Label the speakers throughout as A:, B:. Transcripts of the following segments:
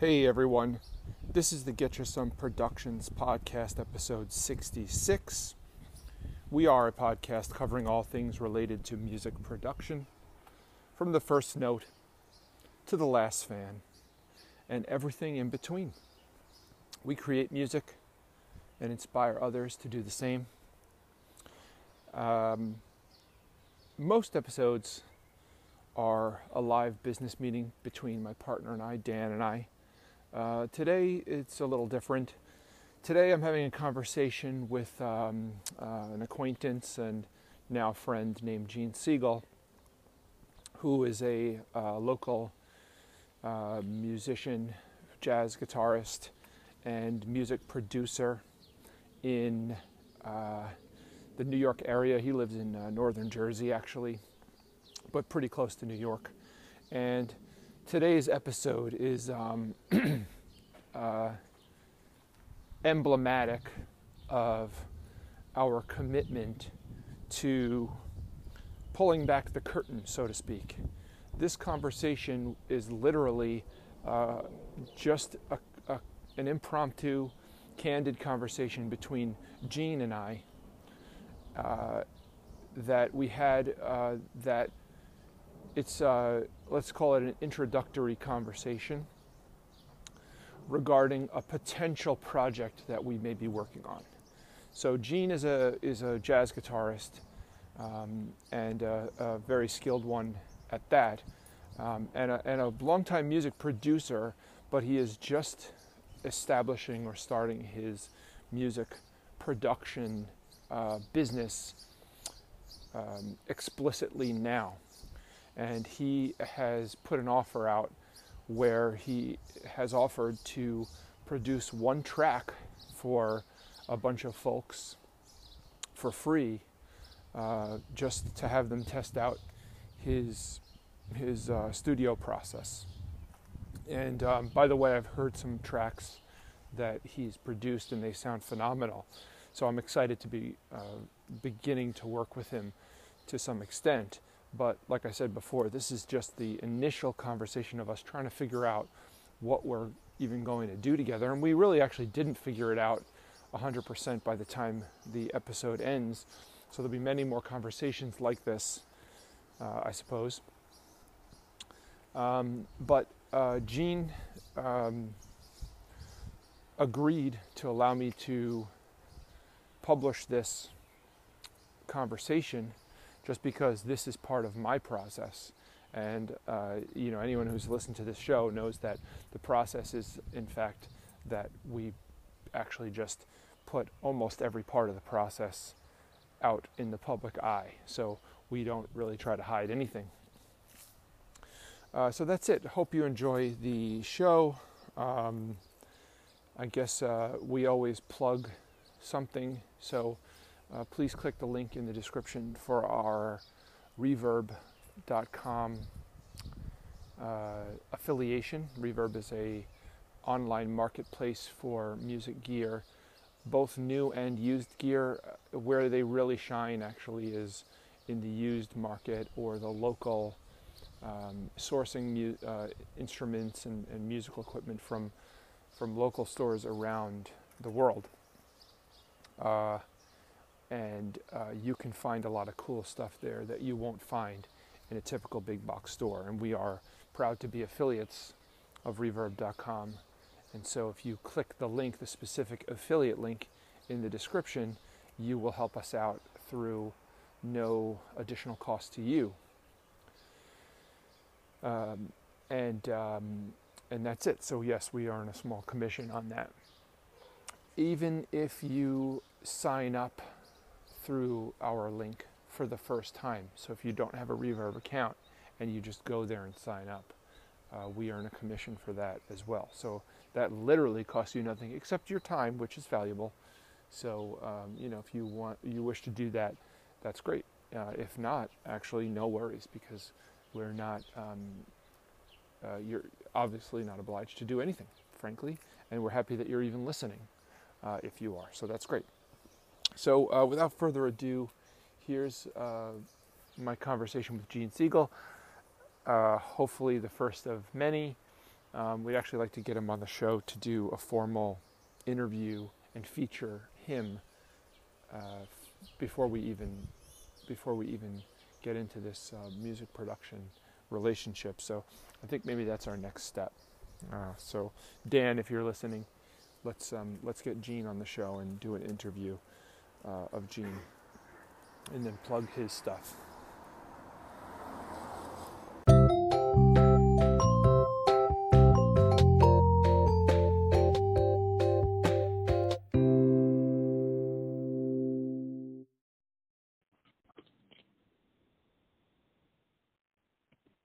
A: Hey everyone, this is the Get Your Some Productions podcast, episode 66. We are a podcast covering all things related to music production, from the first note to the last fan, and everything in between. We create music and inspire others to do the same. Um, most episodes are a live business meeting between my partner and I, Dan and I. Uh, today it's a little different. Today I'm having a conversation with um, uh, an acquaintance and now friend named Gene Siegel, who is a uh, local uh, musician, jazz guitarist, and music producer in uh, the New York area. He lives in uh, northern Jersey, actually, but pretty close to New York. And today's episode is um, uh, emblematic of our commitment to pulling back the curtain, so to speak. This conversation is literally uh, just a, a, an impromptu, candid conversation between Gene and I uh, that we had uh, that it's, uh, let's call it an introductory conversation regarding a potential project that we may be working on. So Gene is a, is a jazz guitarist um, and a, a very skilled one at that, um, and, a, and a longtime music producer, but he is just establishing or starting his music production uh, business um, explicitly now. And he has put an offer out where he has offered to produce one track for a bunch of folks for free uh, just to have them test out his his uh, studio process. And um, by the way, I've heard some tracks that he's produced, and they sound phenomenal. So I'm excited to be uh, beginning to work with him to some extent. But like I said before, this is just the initial conversation of us trying to figure out what we're even going to do together. And we really actually didn't figure it out 100% by the time the episode ends. So there'll be many more conversations like this, uh, I suppose. Um, but uh, Gene um, agreed to allow me to publish this conversation just because this is part of my process. And uh, you know, anyone who's listened to this show knows that the process is, in fact, that we actually just put almost every part of the process out in the public eye. So we don't really try to hide anything. Uh, so that's it. Hope you enjoy the show. Um, I guess uh, we always plug something, so uh, please click the link in the description for our reverb.com uh, affiliation. Reverb is a online marketplace for music gear, both new and used gear. Uh, Where they really shine actually is in the used market or the local um, sourcing mu- uh, instruments and, and musical equipment from from local stores around the world. Uh, and uh, you can find a lot of cool stuff there that you won't find in a typical big box store. And we are proud to be affiliates of Reverb.com. And so if you click the link, the specific affiliate link in the description, you will help us out through no additional cost to you. Um, and um, and that's it. So yes, we earn a small commission on that. Even if you sign up through our link for the first time, so if you don't have a Reverb account and you just go there and sign up, uh, we earn a commission for that as well. So that literally costs you nothing except your time, which is valuable. So um, you know, if you want, you wish to do that, that's great. Uh, if not, actually, no worries because we're not. Um, uh, you're obviously not obliged to do anything, frankly, and we're happy that you're even listening, uh, if you are. So that's great. So uh, without further ado, here's uh, my conversation with Gene Siegel. Uh, hopefully, the first of many. Um, we'd actually like to get him on the show to do a formal interview and feature him uh, before we even before we even get into this uh, music production relationship. So I think maybe that's our next step. Uh, so Dan, if you're listening, let's um, let's get Gene on the show and do an interview uh, of Gene, and then plug his stuff.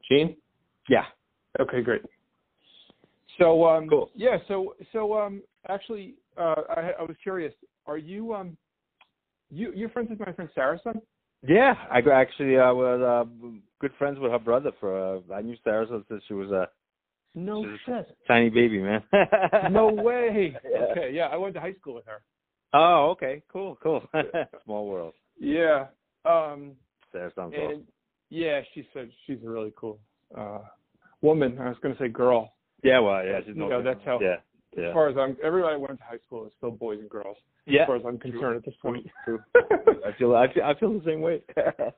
B: Gene?
A: Yeah. Okay, great. So um,
B: Cool.
A: yeah, so so um, actually, uh, I, I was curious. Are you um, you you're friends with my friend Sarah's son?
B: Yeah, I go- actually uh, was uh, good friends with her brother for. Uh, I knew Sarah since she was a
A: No
B: She's-
A: shit.
B: tiny baby, man.
A: No way.
B: Yeah.
A: Okay, yeah, I went to high school with her.
B: Oh, okay, cool, cool. Small world.
A: Yeah. Um,
B: Sarah's uncle.
A: and yeah, she's a, she's a really cool uh, woman. I was going to say girl.
B: Yeah, well, yeah, she's
A: You
B: no.
A: know, that's how-
B: Yeah,
A: As
B: yeah,
A: far as I'm, everybody I went to high school is still boys and girls.
B: yeah.
A: As far as I'm concerned at this point.
B: True. I feel, I feel, I feel the same way.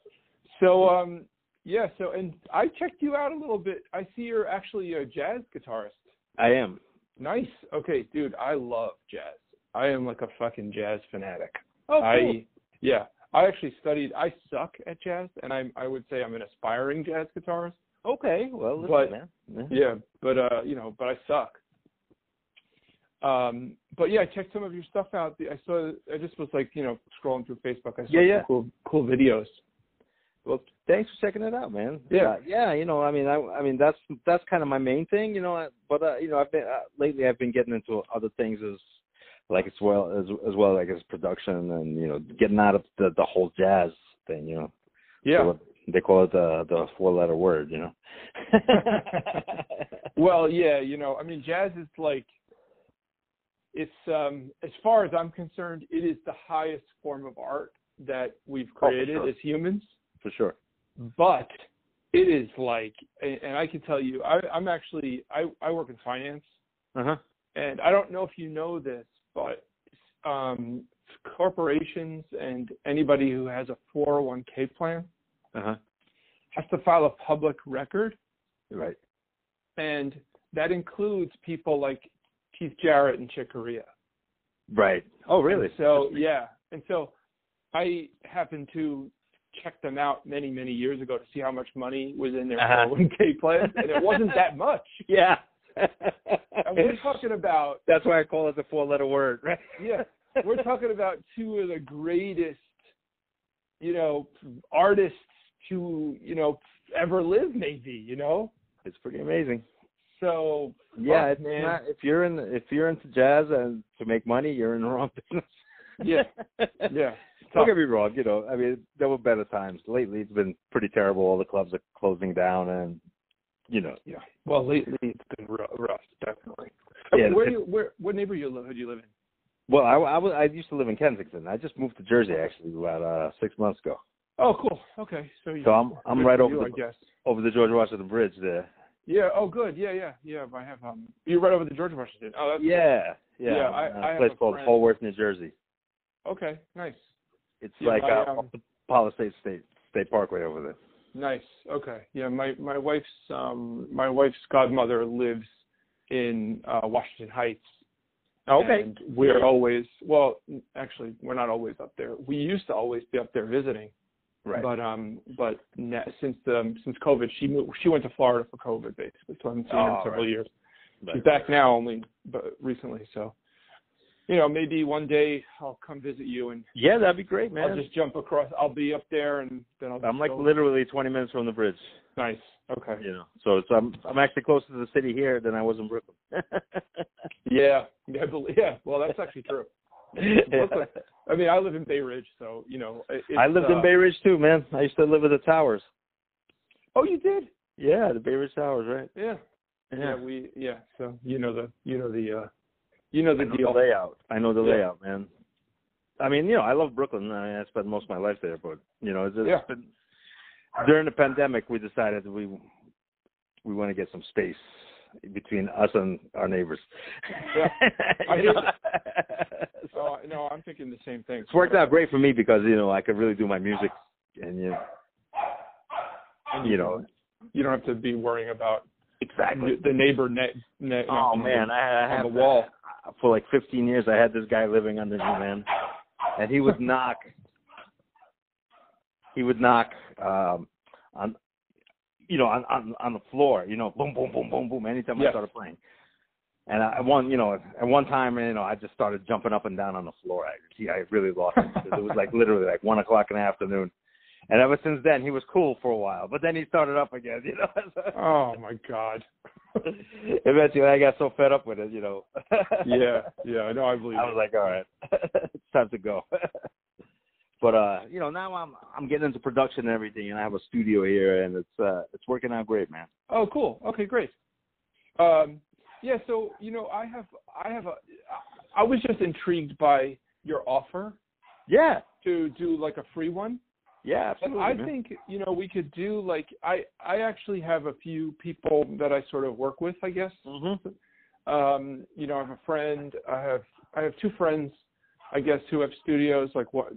A: So um yeah, so and I checked you out a little bit. I see you're actually a jazz guitarist.
B: I am.
A: Nice. Okay, dude, I love jazz. I am like a fucking jazz fanatic.
B: Oh, cool.
A: I yeah, I actually studied I suck at jazz and I I would say I'm an aspiring jazz guitarist.
B: okay, well, listen,
A: But-
B: man.
A: Yeah, but uh, you know, but I suck. Um, but yeah, I checked some of your stuff out. I saw I just was like, you know, scrolling through Facebook. I saw
B: Yeah, yeah.
A: some cool cool videos.
B: Well, thanks for checking it out, man.
A: Yeah.
B: Uh, yeah. You know, I mean, I, I mean, that's that's kind of my main thing, you know. I- But uh, you know, I've been uh, lately, I've been getting into other things as, like as well as as well like as production and you know getting out of the the whole jazz thing, you know.
A: Yeah.
B: They call it the the four letter word, you know.
A: Well, yeah, you know, I mean, jazz is like, it's um, as far as I'm concerned, it is the highest form of art that we've
B: Oh, for
A: created
B: sure.
A: as humans.
B: for sure.
A: But it is like, and and I can tell you, I, I'm actually, I, I work in finance,
B: Uh huh.
A: and I don't know if you know this, but um, corporations and anybody who has a 401k plan
B: Uh huh.
A: has to file a public record
B: Right.
A: and that includes people like Keith Jarrett and Chick Corea.
B: Right. Oh, really?
A: And so yeah, and so I happened to check them out many many years ago to see how much money was in their
B: Uh-huh.
A: 401k plan, and it wasn't that much.
B: yeah.
A: And we're talking about
B: That's why I call it the four letter word, right?
A: yeah, we're talking about two of the greatest, you know, artists to you know ever live maybe you know.
B: It's pretty amazing.
A: So
B: Yeah,
A: fuck,
B: it's
A: man.
B: not, if you're in if you're into jazz and to make money, you're in the wrong business.
A: Yeah. yeah, it's tough.
B: Don't get me wrong, you know, I mean, there were better times. Lately, it's been pretty terrible. All the clubs are closing down, and you know,
A: Yeah. Well, lately it's been rough, rough definitely.
B: Yeah,
A: where do
B: it-
A: you, where what neighborhood you live- do you live in?
B: well, I, I was I used to live in Kensington. I just moved to Jersey actually about uh six months ago.
A: Oh, cool. Okay, so you.
B: So I'm I'm
A: good
B: right
A: for
B: over
A: you, I
B: the
A: guess.
B: over the George Washington Bridge there.
A: Yeah. Oh, good. Yeah, yeah, yeah. I have um. You're right over the George Washington. Oh, that's
B: Yeah, yeah,
A: Yeah, I-
B: in
A: I
B: a
A: have
B: place
A: a
B: called
A: friend-
B: Holworth, New Jersey.
A: okay. Nice.
B: It's
A: Yeah,
B: like
A: I,
B: uh,
A: um,
B: off the Palisades State State Parkway over there.
A: Nice. Okay. Yeah. My my wife's um my wife's godmother lives in uh Washington Heights.
B: Okay.
A: And we're always well, actually, we're not always up there. We used to always be up there visiting.
B: Right.
A: But um, but ne- since um since COVID, she moved, she went to Florida for COVID basically. So I haven't seen her in
B: Oh,
A: several
B: right.
A: years.
B: But-
A: She's back now only, but recently. So, you know, maybe one day I'll come visit you and
B: Yeah, that'd be great, man.
A: I'll just jump across. I'll be up there and then I'll. Just
B: I'm like
A: go-
B: literally 20 minutes from the bridge.
A: nice. Okay.
B: You know, so it's, I'm I'm actually closer to the city here than I was in Brooklyn.
A: Yeah. Yeah. I believe, yeah. Well, that's actually true. Brooklyn. I mean, I live in Bay Ridge, so you know. It,
B: I
A: it's,
B: lived
A: uh,
B: in Bay Ridge too, man. I used to live at the towers.
A: Oh, you did?
B: Yeah, the Bay Ridge Towers, right?
A: Yeah.
B: Yeah,
A: We. Yeah. So you know the you know the uh you know
B: I
A: the
B: know
A: deal.
B: the layout. I know the
A: Yeah.
B: layout, man. I mean, you know, I love Brooklyn. I, mean, I spent most of my life there, but you know, it's, it's
A: Yeah.
B: been during the pandemic we decided we we want to get some space between us and our neighbors.
A: Yeah. I
B: You
A: hear
B: know?
A: Oh, no, I'm thinking the same thing.
B: it's worked out great for me because you know I could really do my music and you
A: And
B: you know
A: you don't have to be worrying about
B: exactly.
A: the neighbor. Ne- ne-
B: Oh man, I, I
A: on
B: had
A: the wall.
B: for like 15 years. I had this guy living under me, man, and he would knock. He would knock um, on, you know, on, on on the floor. You know, boom, boom, boom, boom, boom. Anytime I
A: Yes.
B: started playing, and I I one, you know, at one time, you know, I just started jumping up and down on the floor. I, gee, I really lost it. 'cause it was like literally like one o'clock in the afternoon. And ever since then, he was cool for a while, but then he started up again, you know.
A: Oh my God.
B: Eventually, I got so fed up with it, you know.
A: Yeah, yeah. I know. I believe.
B: I was
A: it.
B: like, all right, it's time to go. but uh, you know, now I'm I'm getting into production and everything, and I have a studio here, and it's uh, it's working out great, man.
A: Oh, cool. Okay, great. Um, yeah. So you know, I have, I have a, I was just intrigued by your offer
B: Yeah,
A: to do like a free one.
B: yeah,
A: And
B: absolutely.
A: I
B: man.
A: think you know we could do like I I actually have a few people that I sort of work with I guess
B: Mhm.
A: um you know I have a friend I have I have two friends I guess who have studios like what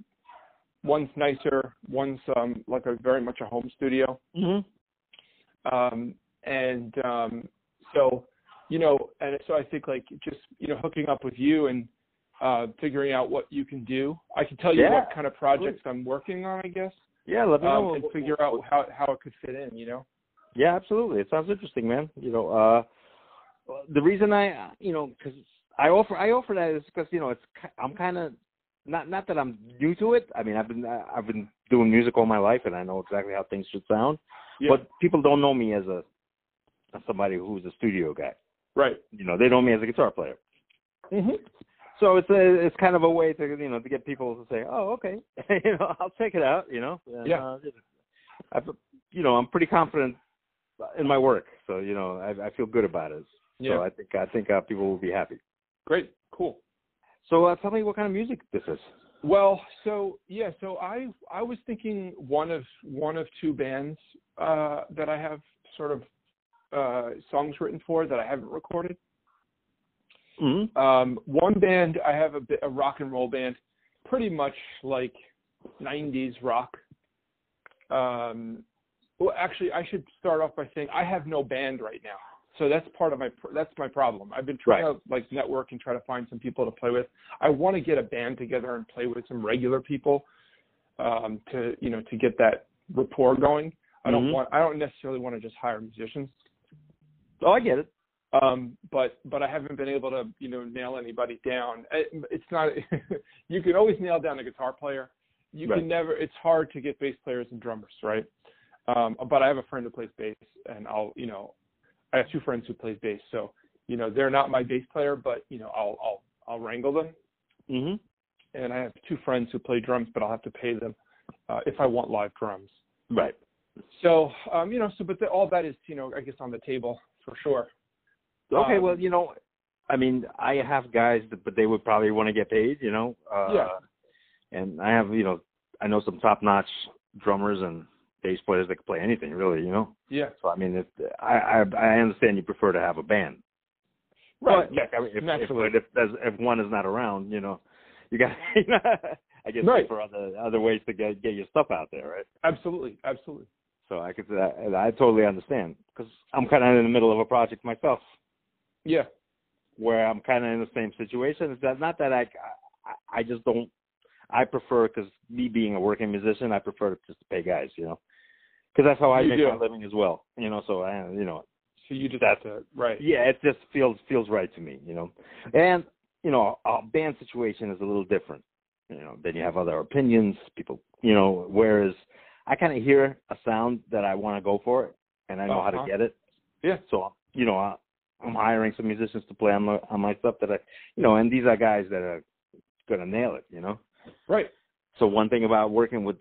A: one's nicer one's um like a very much a home studio
B: Mhm.
A: um and um so you know and so I think like just you know hooking up with you and uh figuring out what you can do I can tell you
B: Yeah.
A: what kind of projects I'm working on I guess
B: Yeah, let me
A: um,
B: know.
A: and figure out how how it could fit in. You know.
B: Yeah, absolutely. It sounds interesting, man. You know, uh the reason I, you know, because I offer I offer that is because you know it's ki- I'm kind of not not that I'm new to it. I mean, I've been I- I've been doing music all my life, and I know exactly how things should sound. But people don't know me as a as somebody who's a studio guy.
A: right.
B: You know, they know me as a guitar player.
A: Mm-hmm.
B: So it's a, it's kind of a way to you know to get people to say, oh, okay, you know, I'll check it out. You know, and,
A: Yeah.
B: Uh, I, you know, I'm pretty confident in my work, so you know, I, I feel good about it.
A: Yeah.
B: So I think I think uh, people will be happy.
A: Great. Cool.
B: So uh, tell me what kind of music this is.
A: Well, so yeah, so I I was thinking one of one of two bands uh, that I have sort of uh, songs written for that I haven't recorded.
B: Mm-hmm.
A: Um, one band I have a bit a rock and roll band, pretty much like '90s rock. Um, well, actually, I should start off by saying I have no band right now, so that's part of my pr- that's my problem. I've been trying to like network and try to find some people to play with. I want to get a band together and play with some regular people um, to you know to get that rapport going. I don't
B: Mhm.
A: want I don't necessarily want to just hire musicians
B: Oh, I get it.
A: um, but but I haven't been able to you know nail anybody down. It, it's not you can always nail down a guitar player. You
B: Right.
A: can never. It's hard to get bass players and drummers, right? Um, but I have a friend who plays bass, and I'll you know I have two friends who plays bass, so you know they're not my bass player, but you know I'll I'll I'll wrangle them.
B: Mm-hmm.
A: And I have two friends who play drums, but I'll have to pay them uh, if I want live drums.
B: Right.
A: So um, you know, so but the, all that is you know I guess on the table for sure.
B: Okay.
A: Um,
B: well, you know, I mean, I have guys, that, but they would probably want to get paid. You know. Uh,
A: Yeah.
B: And I have, you know, I know some top-notch drummers and bass players that can play anything, really. You know.
A: Yeah.
B: So I mean, if I I, I understand you prefer to have a band.
A: Right.
B: But, like, I mean, if, if,
A: Naturally.
B: but if, there's- if one is not around, you know, you got. I guess
A: Right.
B: look for other other ways to get get your stuff out there, right?
A: Absolutely. Absolutely.
B: So I could I, I totally understand because I'm kind of in the middle of a project myself
A: Yeah.
B: where I'm kind of in the same situation. It's that not that I I, I just don't I prefer because me being a working musician, I prefer to just pay guys, you know, because that's how I
A: You
B: make
A: do.
B: my living as well, you know. So I you know
A: So you just
B: That's-
A: have to right.
B: yeah, it just feels feels right to me, you know. And you know, a band situation is a little different. You know, then you have other opinions, people. You know, whereas I kind of hear a sound that I want to go for, and I know how
A: Uh-huh.
B: to get it.
A: Yeah.
B: So you know, I, I'm hiring some musicians to play on my on my stuff that I, you know, and these are guys that are gonna nail it. You know.
A: Right.
B: So one thing about working with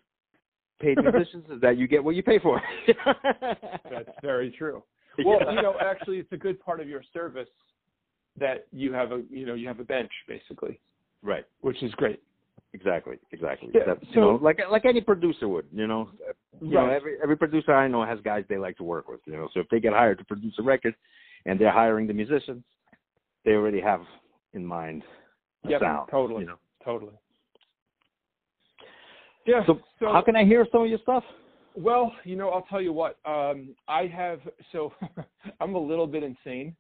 B: paid musicians is that you get what you pay for.
A: That's very true. Well, you know, actually, it's a good part of your service that you have a you know you have a bench basically,
B: right.
A: which is great.
B: Exactly, exactly.
A: Yeah,
B: Except, you
A: so-
B: know, like like any producer would, you know. You know,
A: Right.
B: every every producer I know has guys they like to work with, you know. So if they get hired to produce a record, and they're hiring the musicians, they already have in mind a
A: Yep,
B: sound.
A: totally.
B: You know?
A: Totally. Yeah.
B: So, how can I hear some of your stuff?
A: Well, you know, I'll tell you what. Um, I have so I'm a little bit insane.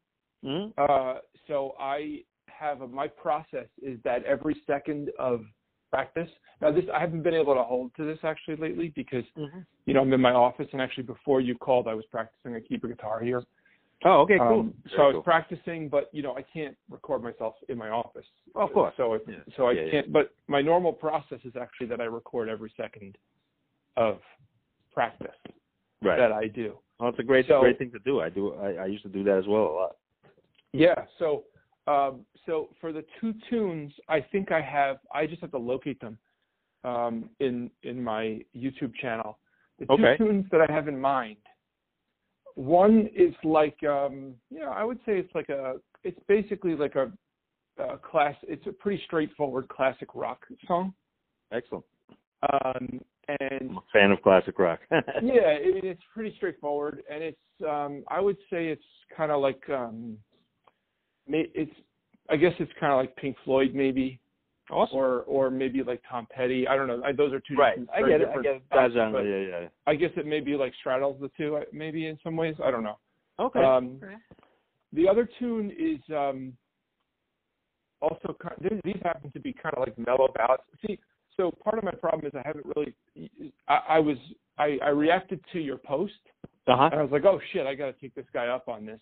B: Mm-hmm.
A: Uh, so I have a, my process is that every second of practice. Now this I haven't been able to hold to this actually lately because
B: mm-hmm.
A: you know I'm in my office and actually before you called I was practicing a keeper guitar here.
B: Oh, okay, cool.
A: Um, so I
B: Very
A: was
B: cool.
A: practicing, but you know I can't record myself in my office.
B: Oh, Of course.
A: So it,
B: Yeah.
A: so I
B: Yeah, yeah.
A: can't. But my normal process is actually that I record every second of practice
B: right.
A: that I do.
B: Well, it's a great,
A: So-
B: great thing to do. I do. I, I used to do that as well a lot.
A: Yeah. So, um, so for the two tunes, I think I have. I just have to locate them um, in in my YouTube channel. The two
B: Okay.
A: tunes that I have in mind. One is like, um, you know, I would say it's like a. It's basically like a, a class. It's a pretty straightforward classic rock song.
B: Excellent.
A: Um, and
B: I'm a fan of classic rock.
A: yeah, I mean it's pretty straightforward, and it's um, I would say it's kind of like um, ma- it's I guess it's kind of like Pink Floyd maybe,
B: Awesome.
A: or or maybe like Tom Petty. I don't know. I, those are two
B: right.
A: different,
B: I
A: very
B: get it. I
A: different
B: get it.
A: styles,
B: That genre.
A: but
B: Yeah, yeah.
A: I guess it maybe like straddles the two, uh, maybe in some ways. I don't know.
B: Okay.
A: Um, the other tune is um, also kind th these happen to be kind of like mellow ballads. See, so part of my problem is I haven't really. I, I was I, I reacted to your post
B: uh
A: and I was like, oh shit, I got to take this guy up on this,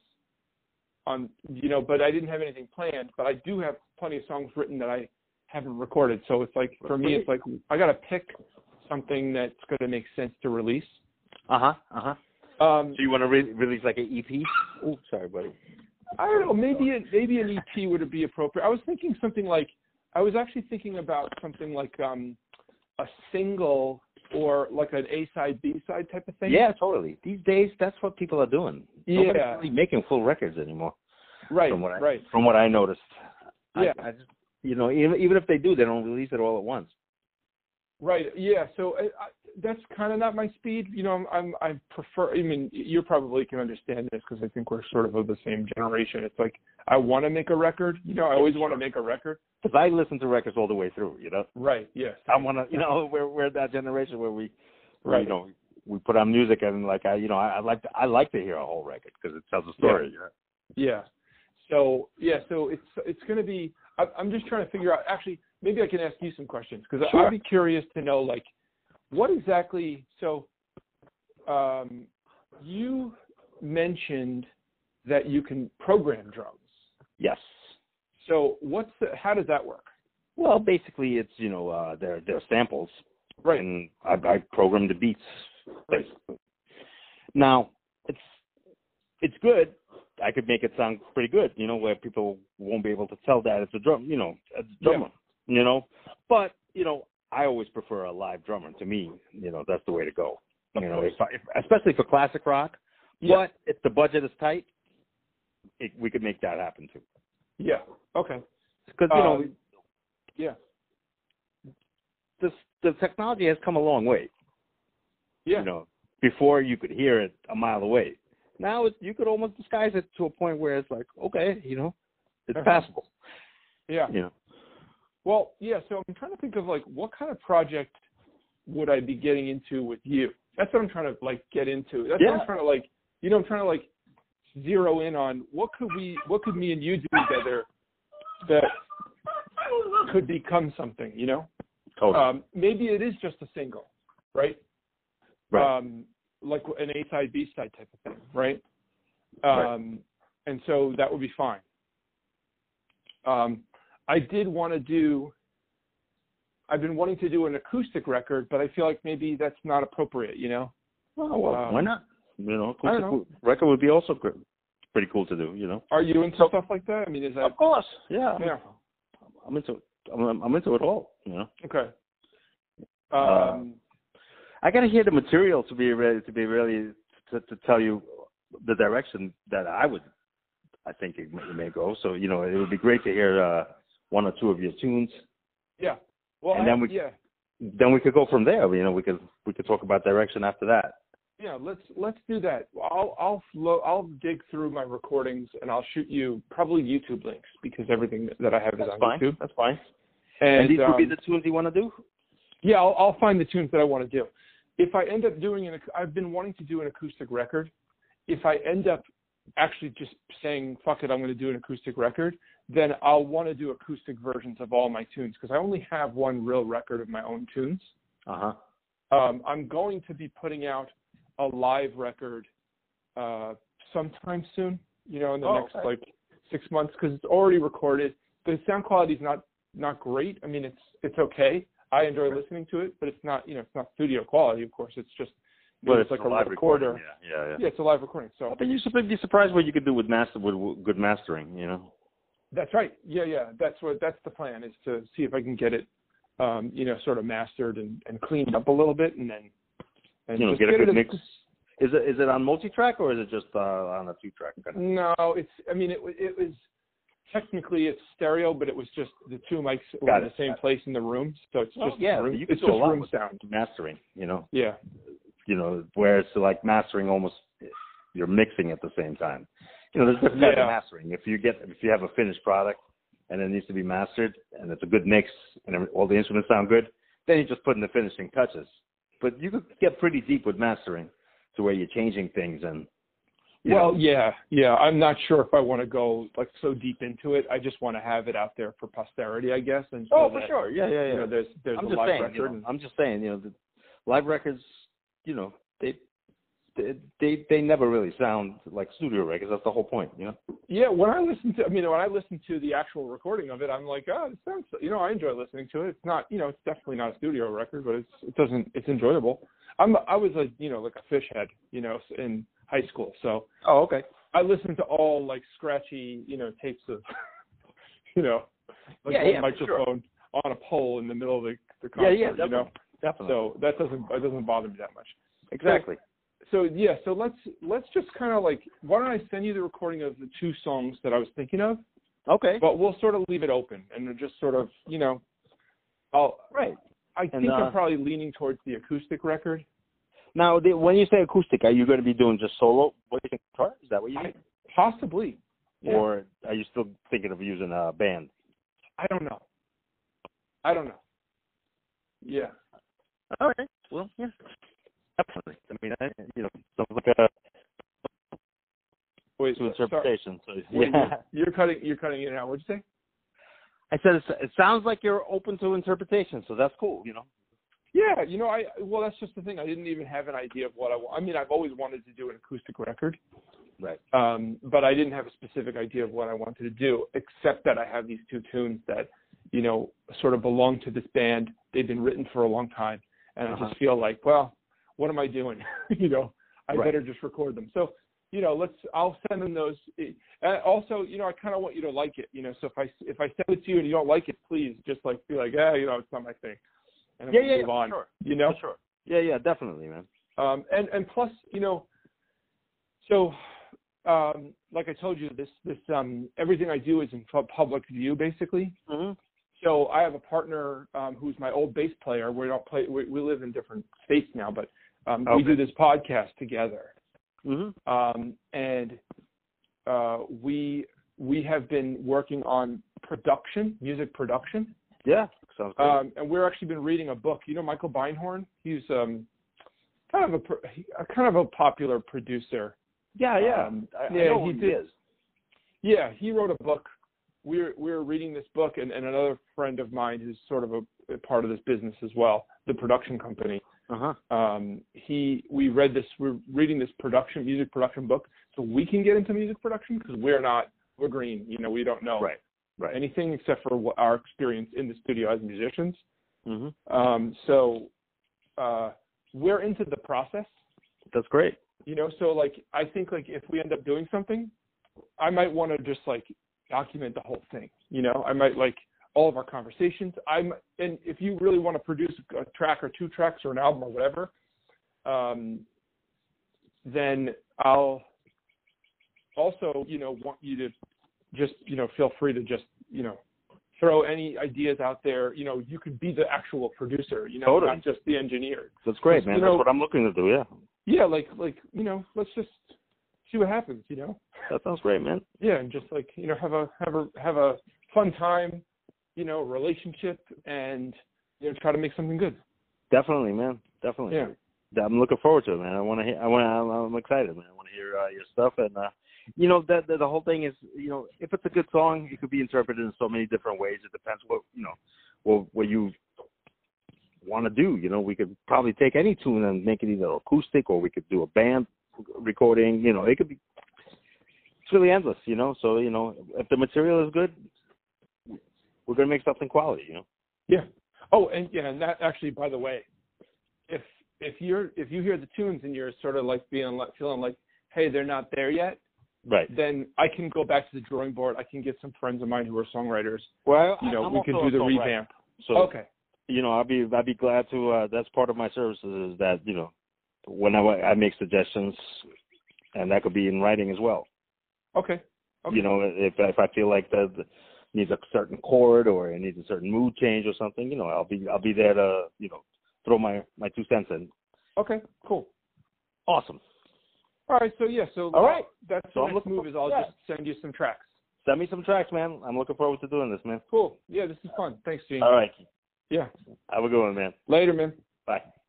A: on you know. But I didn't have anything planned. But I do have plenty of songs written that I haven't recorded. So it's like for me, it's like I got to pick something that's going to make sense to release.
B: huh. Uh huh. Uh huh.
A: Um,
B: So you want to re- release like an EP? Oh, sorry, buddy.
A: I don't know. Maybe a, maybe an EP would be appropriate. I was thinking something like I was actually thinking about something like um, a single or like an A side B side type of thing.
B: Yeah, totally. These days, that's what people are doing. Nobody's
A: Yeah.
B: really making full records anymore.
A: Right.
B: from what I
A: Right.
B: from what I noticed. I-
A: Yeah.
B: I, just, you know, even even if they do, they don't release it all at once.
A: Right. Yeah. So uh, I, I, that's kind of not my speed. You know, I'm, I'm I prefer. I mean, you probably can understand this because I think we're sort of of the same generation. It's like I want to make a record. You know, I always want to make a record.
B: Because I listen to records all the way through. You know,
A: Right. Yes.
B: I want to. You know, we're we're that generation where we, where,
A: Right.
B: you know, we put on music and like I, you know, I, I like to, I like to hear a whole record because it tells a story. you know?
A: Yeah. So yeah. So it's it's going to be. I, I'm just trying to figure out. Actually, maybe I can ask you some questions because
B: Sure.
A: I'd be curious to know like what exactly. So, um, you mentioned that you can program drums.
B: Yes.
A: So what's the, how does that work?
B: Well, basically, it's you know, uh, they're they're samples,
A: Right.
B: and I, I program the beats.
A: Right.
B: basically. Now, it's it's good. I could make it sound pretty good, you know, where people won't be able to tell that it's a drum, you know, it's a drummer, you know. But you know, I always prefer a live drummer. To me, you know, that's the way to go.
A: Of
B: you know,
A: course.
B: if, I, if, especially for classic rock.
A: Yeah.
B: But if the budget is tight, it, we could make that happen too.
A: Yeah. Okay.
B: Because you know,
A: Um, yeah.
B: this the technology has come a long way.
A: Yeah.
B: you know before you could hear it a mile away now it's, you could almost disguise it to a point where it's like okay you know it's
A: Uh-huh.
B: passable
A: yeah.
B: you know
A: Well, yeah. So I'm trying to think of like what kind of project would I be getting into with you? That's what I'm trying to like get into. That's what
B: Yeah.
A: I'm trying to like. You know, I'm trying to like zero in on what could we, what could me and you do together that could become something. You know,
B: totally
A: um, maybe it is just a single, right?
B: right
A: um, like an A side, B side type of thing, right?
B: Right.
A: Um, and so that would be fine. Um, I did want to do. I've been wanting to do an acoustic record, but I feel like maybe that's not appropriate, you know?
B: well, Oh, well
A: um,
B: why not you know,
A: I don't
B: acoustic record would be also gr- pretty cool to do you know
A: Are you into stuff like that? I mean, is that
B: of course yeah I'm-
A: yeah?
B: i'm into it I'm, I'm into it all you know
A: Okay. Um,
B: Um, i gotta hear the material to be ready to be really to, to tell you the direction that i would i think it may, it may go so you know it would be great to hear uh one or two of your tunes
A: yeah. Well,
B: and
A: I-
B: then we-
A: yeah,
B: then we could go from there. You know, we could we could talk about direction after that.
A: Yeah, let's let's do that. I'll I'll lo- I'll dig through my recordings and I'll shoot you probably YouTube links because everything that I have
B: That's
A: is on
B: fine.
A: YouTube.
B: That's fine.
A: And,
B: And, these
A: um,
B: would be the tunes you want to do.
A: yeah, I'll, I'll find the tunes that I want to do. If I end up doing an, ac- I've been wanting to do an acoustic record. If I end up actually just saying fuck it, I'm going to do an acoustic record, then I'll want to do acoustic versions of all my tunes because I only have one real record of my own tunes.
B: Uh huh.
A: Um, I'm going to be putting out a live record uh, sometime soon. You know, in the
B: Oh,
A: next
B: okay.
A: like six months because it's already recorded. The sound quality's not not great. I mean, it's it's okay. I enjoy listening to it, but it's not you know it's not studio quality. Of course, it's just
B: But
A: it's
B: it's
A: like
B: a
A: a
B: live
A: recorder.
B: recording. Yeah, yeah, yeah.
A: Yeah, it's a live recording. So
B: I think you should be surprised what you could do with master with- with good mastering. You know.
A: that's right. Yeah, yeah. That's what that's the plan is to see if I can get it, um, you know, sort of mastered and, and cleaned up a little bit, and then and
B: You know,
A: just
B: get a good
A: it as-
B: mix. Is it is it on multi track or is it just uh, on a two track?
A: No, it's. I mean, it wa- it was technically it's stereo, but it was just the two mics were
B: Got
A: in the
B: it.
A: same place in the room, so it's
B: Oh,
A: just
B: yeah,
A: room,
B: you could
A: it's
B: do a
A: just
B: lot
A: room
B: with
A: sound.
B: Mastering. You know.
A: Yeah,
B: You know where it's like mastering almost you're mixing at the same time. You know, there's different kinds
A: Yeah.
B: of mastering. If you get if you have a finished product and it needs to be mastered and it's a good mix and every- all the instruments sound good, then you just put in the finishing touches. But you could get pretty deep with mastering to where you're changing things and you know,
A: Well, yeah, yeah. I'm not sure if I want to go like so deep into it. I just want to have it out there for posterity, I guess. And so
B: Oh, for
A: that,
B: sure. Yeah, yeah, yeah.
A: You know, there's there's
B: I'm
A: a
B: just
A: live
B: saying.
A: record.
B: You know,
A: and-
B: I'm just saying. You know, the live records. You know, they they they they never really sound like studio records. That's the whole point. You know.
A: yeah, when I listen to, I mean, when I listen to the actual recording of it, I'm like, oh, it sounds. You know, I enjoy listening to it. It's not, you know, it's definitely not a studio record, but it's it doesn't. It's enjoyable. I'm I was a you know like a fish head, you know, in high school, so
B: Oh, okay.
A: I listened to all like scratchy, you know, tapes of, you know, like
B: Yeah,
A: one
B: yeah, for sure.
A: microphone on a pole in the middle of the, the
B: Yeah,
A: concert,
B: yeah,
A: you know.
B: definitely. Definitely.
A: So that doesn't that doesn't bother me that much.
B: exactly.
A: So yeah, so let's let's just kind of like why don't I send you the recording of the two songs that I was thinking of,
B: Okay.
A: but we'll sort of leave it open and just sort of you know, I'll
B: Right.
A: I
B: And,
A: think
B: uh,
A: I'm probably leaning towards the acoustic record.
B: Now, the, when you say acoustic, are you going to be doing just solo voice and guitar? Is that what you mean?
A: Possibly, yeah.
B: Or are you still thinking of using a band?
A: I don't know. I don't know. Yeah.
B: All right. Well, yeah. Definitely. I mean, I, you know, so like a
A: Wait, so-
B: to
A: sorry.
B: interpretation. So,
A: Wait,
B: yeah.
A: You're you're cutting you're cutting it out. What'd you say?
B: I said it's, it sounds like you're open to interpretation, so that's cool. You know.
A: Yeah, you know, I well, that's just the thing. I didn't even have an idea of what I. wa- I mean, I've always wanted to do an acoustic record,
B: Right.
A: um, but I didn't have a specific idea of what I wanted to do, except that I have these two tunes that, you know, sort of belong to this band. They've been written for a long time, and I
B: Uh-huh.
A: just feel like, well, what am I doing? you know, I
B: Right.
A: better just record them. So, you know, let's. I'll send them those. It- And also, you know, I kind of want you to like it. You know, so if I if I send it to you and you don't like it, please just like be like, ah, you know, it's not my thing, and then
B: Yeah,
A: we
B: yeah, yeah,
A: move
B: for
A: on.
B: sure.
A: You know.
B: sure. Yeah, yeah, definitely, man.
A: Um, and and plus, you know, so um, like I told you, this this um, everything I do is in pu- public view basically.
B: Mm-hmm.
A: So I have a partner um, who's my old bass player. We don't play. We, we live in different states now, but um, we
B: Okay.
A: do this podcast together,
B: Mm-hmm.
A: um, and uh, we we have been working on production, music production.
B: Yeah, sounds good.
A: Um, and we're actually been reading a book. You know Michael Beinhorn? He's um, kind of a, pro- he- a kind of a popular producer.
B: yeah, yeah.
A: um,
B: I, I
A: yeah,
B: know
A: he
B: who
A: did-
B: is.
A: Yeah, he wrote a book. We're we're reading this book, and, and another friend of mine who's sort of a, a part of this business as well, the production company.
B: Uh-huh.
A: Um, he we read this. We're reading this production music production book, so we can get into music production because we're not we're green. You know, we don't know
B: Right. Right.
A: anything except for what our experience in the studio as musicians.
B: Mm-hmm.
A: Um, so uh, we're into the process,
B: That's great.
A: you know. So like, I think like if we end up doing something, I might want to just like document the whole thing, you know. I might like all of our conversations. I'm and if you really want to produce a track or two tracks or an album or whatever, um, then I'll also you know want you to just you know feel free to just you know throw any ideas out there you know you could be the actual producer you know
B: Totally.
A: not just the engineer
B: That's great,
A: You
B: man.
A: know-
B: That's what I'm looking to do, yeah.
A: yeah, like like you know, let's just see what happens. You know,
B: That sounds great, man.
A: yeah, and just like you know, have a have a have a fun time, you know, relationship, and you know, try to make something good.
B: Definitely, man. Definitely.
A: Yeah.
B: I'm looking forward to it, man. I want to. hear I want. I'm, I'm excited, man. I want to hear uh, your stuff, and uh, you know that, that the whole thing is, you know, if it's a good song, it could be interpreted in so many different ways. It depends what you know, what what you want to do. You know, we could probably take any tune and make it either acoustic, or we could do a band recording. You know, it could be. It's really endless, you know. So you know, if the material is good, we're gonna make something quality. You know.
A: Yeah. Oh, and yeah, and that actually, by the way, if if you're if you hear the tunes and you're sort of like being like feeling like, hey, they're not there yet,
B: Right.
A: then I can go back to the drawing board. I can get some friends of mine who are songwriters.
B: Well,
A: You know,
B: I'm
A: we can do
B: also a
A: the
B: songwriter.
A: revamp.
B: So
A: Okay.
B: you know, I'll be I'll be glad to. Uh, that's part of my services is that you know, whenever I make suggestions, and that could be in writing as well.
A: Okay. Okay.
B: You know, if if I feel like that needs a certain chord or it needs a certain mood change or something, you know, I'll be I'll be there to you know throw my my two cents in.
A: Okay. Cool.
B: Awesome.
A: All right. So yeah. So
B: All right.
A: That's the
B: So I'm
A: next
B: looking
A: move.
B: for-
A: Is I'll
B: yeah.
A: just send you some tracks.
B: Send me some tracks, man. I'm looking forward to doing this, man. Uh,
A: Cool. Yeah. This is fun. Thanks, Gene.
B: All right,
A: Yeah.
B: have a good one, man.
A: Later, man.
B: Bye.